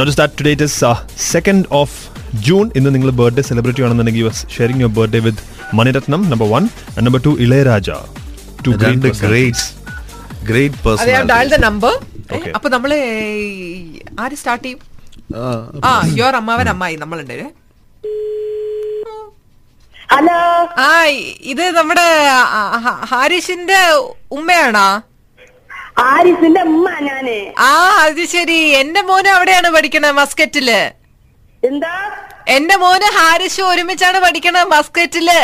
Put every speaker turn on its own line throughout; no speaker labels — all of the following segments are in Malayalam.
Not that today it is second of June ഇന്ന് നിങ്ങൾ ബർത്ത്ഡേ സെലിബ്രേറ്റ് ചെയ്യണമെന്നുണ്ടെങ്കിൽ you are sharing your birthday with Mani Ratnam number one and number two Ilaiyaraaja two
രണ്ട് ഗ്രേറ്റ് ഗ്രേറ്റ്
അതെ
person
dial the number
Okay.
അപ്പൊ നമ്മള് ഈ- ആര് സ്റ്റാർട്ട് ചെയ്യും ആ യുവർ അമ്മാവൻ അമ്മായി നമ്മളുണ്ട്
ഹലോ
ആ ഇത് നമ്മുടെ ആ, ഹ- ഹാരിഷിന്റെ ഉമ്മയാണോ
ആരിസിന്റെ അമ്മ ഞാന്
ആ അത് ശരി എന്റെ മോന് അവിടെയാണ് പഠിക്കണത് മസ്കറ്റില്
എന്താ
എന്റെ മോന് ഹാരിഷ് ഒരുമിച്ചാണ് പഠിക്കണത് മസ്കറ്റില്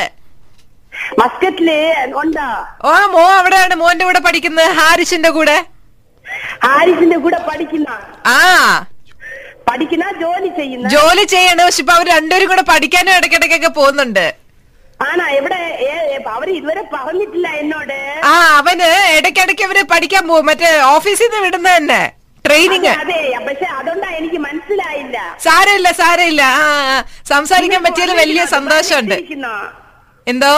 മസ്കറ്റില് ഉണ്ടാ
ഓ മോ അവിടെയാണ് മോന്റെ കൂടെ പഠിക്കുന്നത് ഹാരിഷിന്റെ കൂടെ
ആരിസിന്റെ കൂടെ പഠിക്കുന്ന
ആ
പഠിക്കുന്ന ജോലി ചെയ്യുന്ന
ജോലി ചെയ്യണം പക്ഷെ ഇപ്പൊ അവർ രണ്ടുപേരും കൂടെ പഠിക്കാനും ഇടയ്ക്കിടയ്ക്കൊക്കെ പോകുന്നുണ്ട്
ആണാ എവിടെ ഏ- ഏ- അവര് ഇതുവരെ പറഞ്ഞിട്ടില്ല എന്നോട്
ആ അവന് ഇടയ്ക്കിടയ്ക്ക് അവര് പഠിക്കാൻ പോകും മറ്റേ ഓഫീസിൽ നിന്ന് വിടുന്ന തന്നെ ട്രെയിനിങ്
അതെ പക്ഷെ അതുകൊണ്ടാ എനിക്ക് മനസ്സിലായില്ല
സാരമില്ല സാരമില്ല ആ ആ. സംസാരിക്കാൻ പറ്റിയതിൽ വലിയ സന്തോഷമുണ്ട്
എത്തിയിരിക്കുന്നോ?
എന്തോ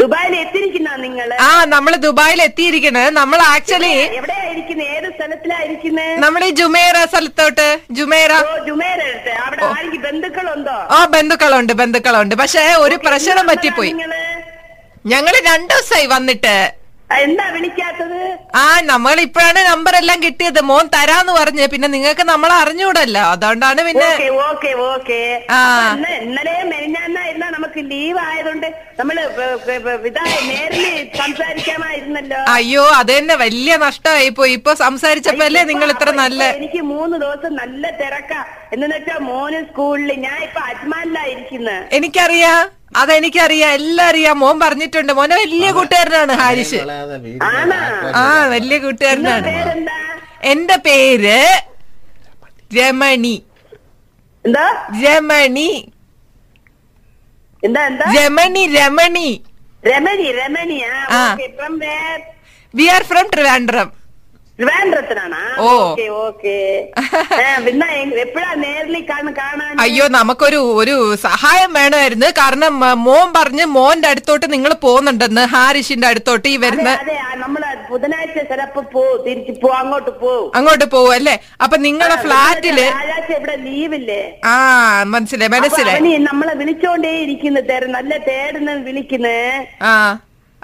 ദുബായിൽ എത്തിയിരിക്കുന്ന നിങ്ങള്
ആ നമ്മള് ദുബായിൽ എത്തിയിരിക്കണ് നമ്മൾ ആക്ച്വലി
എവിടെയാ ഇരിക്കുന്നത് ഏത് സ്ഥലത്തിലാ ഇരിക്കുന്നത്
നമ്മുടെ ഈ ജുമേറ സ്ഥലത്തോട്ട് ജുമേറ
ഓ ജുമേരടുത്ത് അവിടെ ആരെങ്കിലും ബന്ധുക്കളുണ്ടോ
ആ ബന്ധുക്കളുണ്ട് ബന്ധുക്കളുണ്ട് പക്ഷെ ഒരു പ്രശ്നം പറ്റിപ്പോയി
നിങ്ങള്
ഞങ്ങള് രണ്ടു ദിവസമായി വന്നിട്ട്
എന്താ വിളിക്കാത്തത്
ആ നമ്മൾ ഇപ്പോഴാണ് നമ്പർ എല്ലാം കിട്ടിയത് മോൻ തരാന്ന് പറഞ്ഞ് പിന്നെ നിങ്ങൾക്ക് നമ്മളെ അറിഞ്ഞൂടല്ലോ അതുകൊണ്ടാണ് പിന്നെ
ഓക്കെ ഓക്കെ ഓക്കെ
ആ.
ഇന്ന് ഇന്നലെ മെനിഞ്ഞാന്നായിരുന്ന നമുക്ക് ലീവ് ആയതുകൊണ്ട് നമ്മള് വ- വ- വ- ഇതായി നേരിൽ സംസാരിക്കാമായിരുന്നല്ലോ
അയ്യോ അത് തന്നെ വലിയ നഷ്ടമായി പോയി ഇപ്പൊ സംസാരിച്ചപ്പോഴല്ലേ നിങ്ങൾ ഇത്ര
അപ്പൊ
നല്ല
ഇപ്പൊ എനിക്ക് മൂന്ന് ദിവസം നല്ല തിരക്കാ എന്ന് വെച്ചാ മോന് സ്കൂളിൽ ഞാൻ ഇപ്പൊ അജ്മാനിലാ ഇരിക്കുന്നത്
എനിക്കറിയാം അതെനിക്കറിയാം എല്ലാം അറിയാം മോൻ പറഞ്ഞിട്ടുണ്ട് മോനെ വലിയ കൂട്ടുകാരനാണ് ഹാരിഷ്
ആണാ
ആ വലിയ കൂട്ടുകാരനാണ്
പേരെന്താ
എന്റെ പേര് രമണി
എന്താ
രമണി
എന്താ എന്താ
രമണി രമണി
രമണി രമണിയാ
ആ.
Okay from where
we are from Trivandrum
ട്രിവാൻഡ്രത്തിനാണാ
ഓ.
ഓക്കെ ഓക്കെ പിന്നെ എപ്പോഴാ നേരിൽ കാണാൻ
അയ്യോ നമുക്കൊരു ഒരു സഹായം വേണമായിരുന്നു കാരണം ആ, മോൻ പറഞ്ഞ് മോന്റെ അടുത്തോട്ട് നിങ്ങൾ പോകുന്നുണ്ടെന്ന് ഹാരിഷിന്റെ അടുത്തോട്ട് ഈ വരുന്ന
അതെ അതെ ആ, നമ്മള് ബുധനാഴ്ച ചിലപ്പോ പോ തിരിച്ചു പോ അങ്ങോട്ട് പോ
അങ്ങോട്ട് പോകും അല്ലേ അപ്പൊ നിങ്ങളെ ഫ്ലാറ്റില്
വ്യാഴാഴ്ച ഇവിടെ ലീവില്ലേ
ആ മനസ്സിലായി
അപ്പൊ
മനസ്സിലായി
അവന് നമ്മളെ വിളിച്ചോണ്ടേ ഇരിക്കുന്നു തേര് നല്ല തേടുന്ന വിളിക്കുന്നേ
ആ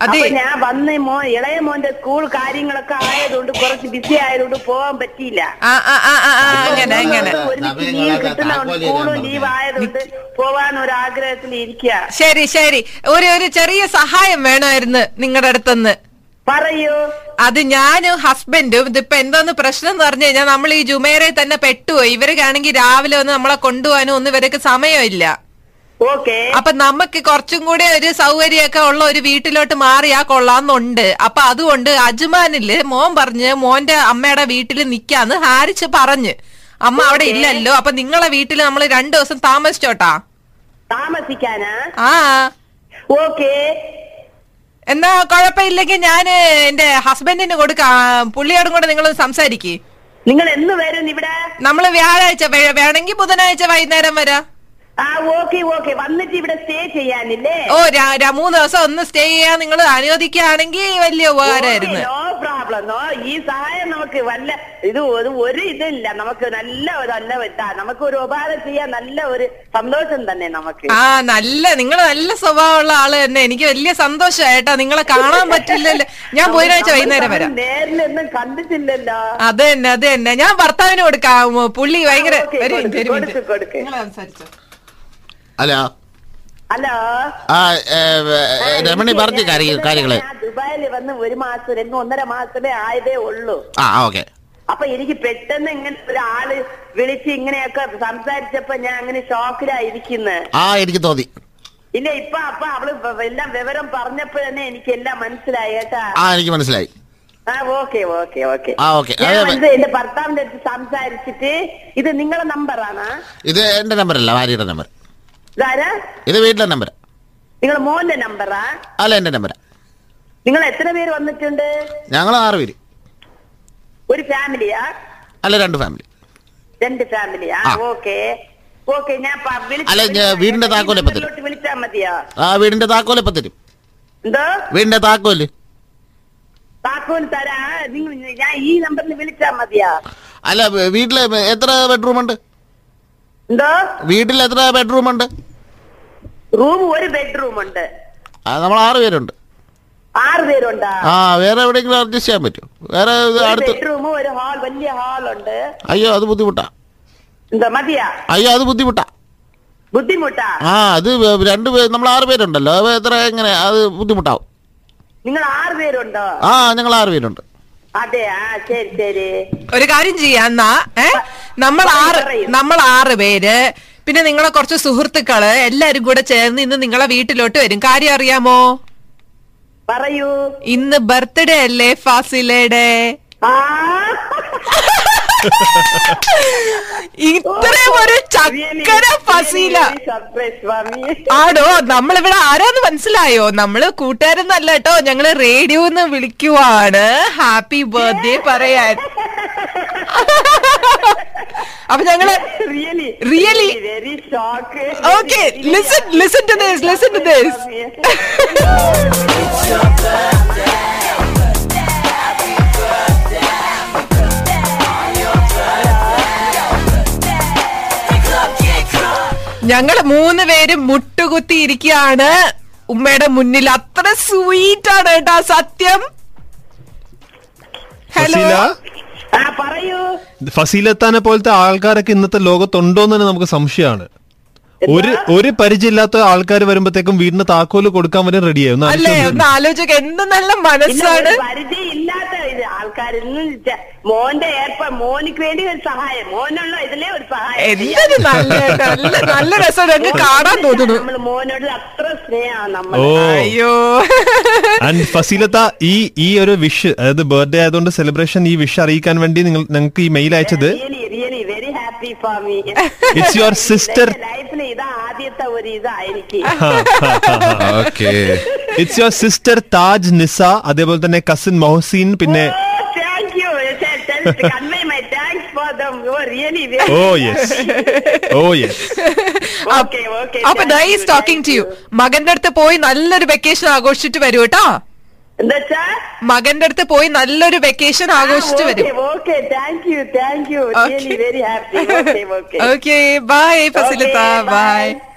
അതെ
അപ്പൊ ഞാൻ വന്ന് മോ ഇളയ മോന്റെ സ്കൂൾ കാര്യങ്ങളൊക്കെ ആയതുകൊണ്ട് കുറച്ച് ബിസി ആയതുകൊണ്ട് പോവാൻ പറ്റിയില്ല
ആ ആ ആ ആ, ആ, അങ്ങനെ അങ്ങനെ
ഒരുമിച്ച് ലീവ് കിട്ടുന്നതുകൊണ്ട് സ്കൂളും ലീവ് ആയതുകൊണ്ട് പോവാൻ ഒരു ആഗ്രഹത്തിൽ ഇരിക്കുക
ശരി ശരി ഒരു ഒരു ചെറിയ സഹായം വേണമായിരുന്നു നിങ്ങളുടെ അടുത്തുനിന്ന്
പറയൂ
അത് ഞാനും ഹസ്ബൻഡും ഇതിപ്പോ എന്തോന്ന് പ്രശ്നം എന്ന് പറഞ്ഞു കഴിഞ്ഞാൽ നമ്മൾ ഈ ജുമേരെ തന്നെ പെട്ടുപോയി ഇവർക്കാണെങ്കിൽ രാവിലെ ഒന്ന് നമ്മളെ കൊണ്ടുപോകാനും ഒന്നും ഇവർക്ക് സമയമില്ല
ഓക്കെ
അപ്പൊ നമുക്ക് കുറച്ചും കൂടി ഒരു സൗകര്യമൊക്കെ ഉള്ള ഒരു വീട്ടിലോട്ട് മാറിയാ കൊള്ളാന്നുണ്ട് അപ്പൊ അതുകൊണ്ട് അജ്മാനില് മോൻ പറഞ്ഞ് മോന്റെ അമ്മയുടെ വീട്ടിൽ നിക്കാന്ന് ഹാരിച്ച് പറഞ്ഞ് അമ്മ അവിടെ ഇല്ലല്ലോ അപ്പൊ നിങ്ങളെ വീട്ടിൽ നമ്മൾ രണ്ടു ദിവസം താമസിച്ചോട്ടാ
താമസിക്കാനാ
ആ
ഓക്കെ
എന്നാ കുഴപ്പമില്ലെങ്കിൽ ഞാൻ എന്റെ ഹസ്ബൻഡിന് കൊടുക്കാം പുള്ളിയോടും കൂടെ നിങ്ങൾ സംസാരിക്ക്
നിങ്ങൾ എന്ന് വരും ഇവിടെ
നമ്മള് വ്യാഴാഴ്ച വേ- വേണമെങ്കിൽ ബുധനാഴ്ച വൈകുന്നേരം വരാം
ആ ഓക്കെ ഓക്കെ വന്നിട്ട് ഇവിടെ സ്റ്റേ ചെയ്യാനില്ലേ
ഓ രാ- രാ- മൂന്ന് ദിവസം ഒന്ന് സ്റ്റേ ചെയ്യാൻ നിങ്ങൾ അനുവദിക്കുകയാണെങ്കിൽ വലിയ ഉപകാരമായിരുന്നു
നോ പ്രോബ്ലം നോ ഈ സഹായം നമുക്ക് വല്ല ഇത് ഒരു ഒരു ഇതില്ല നമുക്ക് നല്ല ഒരു നല്ല ഇതാ നമുക്ക് ഒരു ഉപകാരം ചെയ്യാൻ നല്ല ഒരു സന്തോഷം തന്നെ നമുക്ക്
ആ നല്ല നിങ്ങൾ നല്ല സ്വഭാവമുള്ള ആള് തന്നെ എനിക്ക് വലിയ സന്തോഷമായി കേട്ടോ നിങ്ങളെ കാണാൻ പറ്റില്ലല്ലോ ഞാൻ ബുധനാഴ്ച വൈകുന്നേരം വരാം
നേരിലൊന്നും കണ്ടിട്ടില്ലല്ലോ
അത് തന്നെ അത് തന്നെ ഞാൻ ഭർത്താവിന് കൊടുക്കാം പുള്ളി ഭയങ്കര
ഓക്കേ,
ഒരു
കൊടുക്ക്,
minute, ഒരു minute.
കൊടുക്ക്, കൊടുക്ക്.
നിങ്ങള് സംസാരിച്ചോ.
അല്ല
ഹലോ
ആ ഏ, ഏ, രമണി പറഞ്ഞു കാര്യ- കാര്യങ്ങള്
ഞാൻ ദുബായിൽ വന്ന് ഒരു മാസം രണ്ടു ഒന്നര മാസമേ ആയതേ ഉള്ളൂ
ആ ഓക്കെ
അപ്പൊ എനിക്ക് പെട്ടെന്ന് ഇങ്ങനെ ഒരാള് വിളിച്ച് ഇങ്ങനെയൊക്കെ സംസാരിച്ചപ്പോ ഞാൻ അങ്ങനെ ഷോക്കിലായിരിക്കുന്നത്
ആ എനിക്ക് തോന്നി
ഇല്ല ഇപ്പൊ അപ്പൊ അവള് വ- എല്ലാം വിവരം പറഞ്ഞപ്പോ തന്നെ എനിക്ക് എല്ലാം മനസ്സിലായി കേട്ടാ
ആ എനിക്ക് മനസ്സിലായി
ആ ഓക്കെ ഓക്കെ ഓക്കെ
ആ, ഓക്കേ.
ഞാൻ
അതെ,
വന്നിട്ട് എന്റെ ഭർത്താവിന്റെ അടുത്ത് സംസാരിച്ചിട്ട് ഇത് നിങ്ങളെ നമ്പറാണ്
ഇത് എന്റെ നമ്പർ അല്ല ഭാര്യയുടെ നമ്പർ
ഇതാരാ
ഇത് വീട്ടിലെ നമ്പർ
നിങ്ങളെ മോന്റെ നമ്പറാ
അല്ല എന്റെ നമ്പർ
നിങ്ങൾ എത്ര പേര് വന്നിട്ടുണ്ട്
ഞങ്ങൾ ആറ് പേര്
ഒരു ഫാമിലിയാ
അല്ല രണ്ട് ഫാമിലി
രണ്ട് ഫാമിലിയാ
ആ.
ഓക്കേ ഓക്കെ ഞാൻ പ- വിളിച്ച്
അല്ല, ഞാൻ വീടിന്റെ താക്കോല് ഇപ്പൊ തരും.
നമ്പറിലോട്ട് വിളിച്ചാ മതിയോ
ആ വീടിന്റെ താക്കോൽ ഇപ്പൊ തരും
എന്തോ
വീടിന്റെ
E
താക്കോല്
താക്കോൽ തരാ നിങ്ങൾ ഞാൻ ഈ നമ്പറിൽ വിളിച്ചാ മതിയാ
അല്ല വ- വീട്ടില് വ- എത്ര ബെഡ്റൂം ഉണ്ട്
എന്തോ
വീട്ടിൽ എത്ര ബെഡ്റൂം ഉണ്ട്
റൂം ഒരു ബെഡ്റൂം ഉണ്ട്
ആ, നമ്മൾ ആറ് പേരുണ്ട്
ആറ് പേരുണ്ടാ
ആ വേറെ എവിടെയെങ്കിലും അഡ്ജസ്റ്റ് ചെയ്യാൻ പറ്റും വേറെ ഇത്
ഒരു
അടുത്ത്
ബെഡ്റൂമും ഒരു ഹാൾ വലിയ ഹാളുണ്ട്
അയ്യോ അത് ബുദ്ധിമുട്ടാ
എന്താ മതിയാ
അയ്യോ അത് ബുദ്ധിമുട്ടാ
ബുദ്ധിമുട്ടാ
ആ അത് വ- രണ്ട് പേര് നമ്മൾ ആറ് പേരുണ്ടല്ലോ അത് എത്ര എങ്ങനെ അത് ബുദ്ധിമുട്ടാവും
നിങ്ങൾ ആറ് പേരുണ്ടോ
ആ ഞങ്ങൾ ആറ് പേരുണ്ട്
അതെ ആ ശരി ശരി
ഒരു കാര്യം ചെയ്യാന്നാ ഏ നമ്മൾ
പറയൂ,
ആറ്
പറയൂ.
നമ്മൾ ആറ് പേര് പിന്നെ നിങ്ങളെ കുറച്ച് സുഹൃത്തുക്കള് എല്ലാരും കൂടെ ചേർന്ന് ഇന്ന് നിങ്ങളെ വീട്ടിലോട്ട് വരും കാര്യം അറിയാമോ
പറയൂ
ഇന്ന് ബർത്ത്ഡേ അല്ലേ ഫാസിലയുടെ
ആ
ഇത്രയും ഒരു ചക്കര ഫസീല
സർപ്രൈസ് സ്വാമി
ആടോ നമ്മളിവിടെ ആരാന്ന് മനസ്സിലായോ നമ്മള് കൂട്ടുകാരെന്നല്ല കേട്ടോ ഞങ്ങള് റേഡിയോ എന്ന് വിളിക്കുവാണ് ഹാപ്പി ബർത്ത്ഡേ പറയാൻ അപ്പൊ ഞങ്ങള്
really
Really?
Very shock
Okay, listen- listen to this, listen to this. ഞങ്ങള് മൂന്ന് പേര് മുട്ടുകുത്തി ഇരിക്കുകയാണ് ഉമ്മയുടെ മുന്നിൽ അത്ര സ്വീറ്റ് ആണ് കേട്ടോ സത്യം ഹലോ
ഫസീല
ആ പറയൂ
ഫസീലത്താനെ പോലത്തെ ആൾക്കാരൊക്കെ ഇന്നത്തെ ലോകത്തുണ്ടോ എന്ന് തന്നെ നമുക്ക് സംശയമാണ് ഒരു ഒരു പരിചയമില്ലാത്ത ആൾക്കാർ വരുമ്പോഴത്തേക്കും വീടിന് താക്കോല് കൊടുക്കാൻ വരെ റെഡിയായി ഒന്ന്
അല്ലേ
ആലോചിച്ചോണ്ടിരുന്നു.
ഒന്ന് ആലോചിക്ക എന്ത് നല്ല
പിന്നെ
മനസ്സാണ്
ഒരു പരിചയമില്ലാത്ത ഇത് ആൾക്കാരിന്ന് മോന്റെ ഏർപ്പ മോനിക്ക് വേണ്ടി ഒരു സഹായം മോനുള്ള ഇതിലെ ഒരു സഹായം ചെയ്യാം.
എന്തൊരു നല്ല നല്ല നല്ല രസമാണ് ഞങ്ങൾ കാണാൻ തോന്നുന്നു
നമ്മള് മോനോട് അത്ര സ്നേഹമാണ് നമ്മൾ
ഓ
അയ്യോ
ആൻഡ് ഫസീലത്ത ഈ ഈ ഒരു വിഷ് അതായത് ബർത്ത്ഡേ ആയതുകൊണ്ട് സെലിബ്രേഷൻ ഈ വിഷ് അറിയിക്കാൻ വേണ്ടി നിങ്ങൾ ഞങ്ങൾക്ക് ഈ മെയിൽ അയച്ചത്
really really very happy for me
it's your sister
ലൈഫിൽ ഇതാ ആദ്യത്തെ ഒരു ഇതാ എനിക്ക്
okay
it's your sister Taj Nisa അതേപോലെ തന്നെ കസിൻ മൊഹസീൻ പിന്നെ
Oh, thank you convey my thanks for them you really
oh yes oh yes
okay okay
അപ്പൊ നൈസ് ടോക്കിംഗ് ടു യു മകന്റെ അടുത്ത് പോയി നല്ലൊരു വെക്കേഷൻ ആഘോഷിച്ചിട്ട് വരൂ കേട്ടോ
എന്താ വെച്ചാ
മകന്റെ അടുത്ത് പോയി നല്ലൊരു വെക്കേഷൻ ആഘോഷിച്ചിട്ട് വരും
okay thank you thank you
Okay.
Really very Happy, okay, okay.
Okay, bye. Facilita,
okay, bye.
Bye.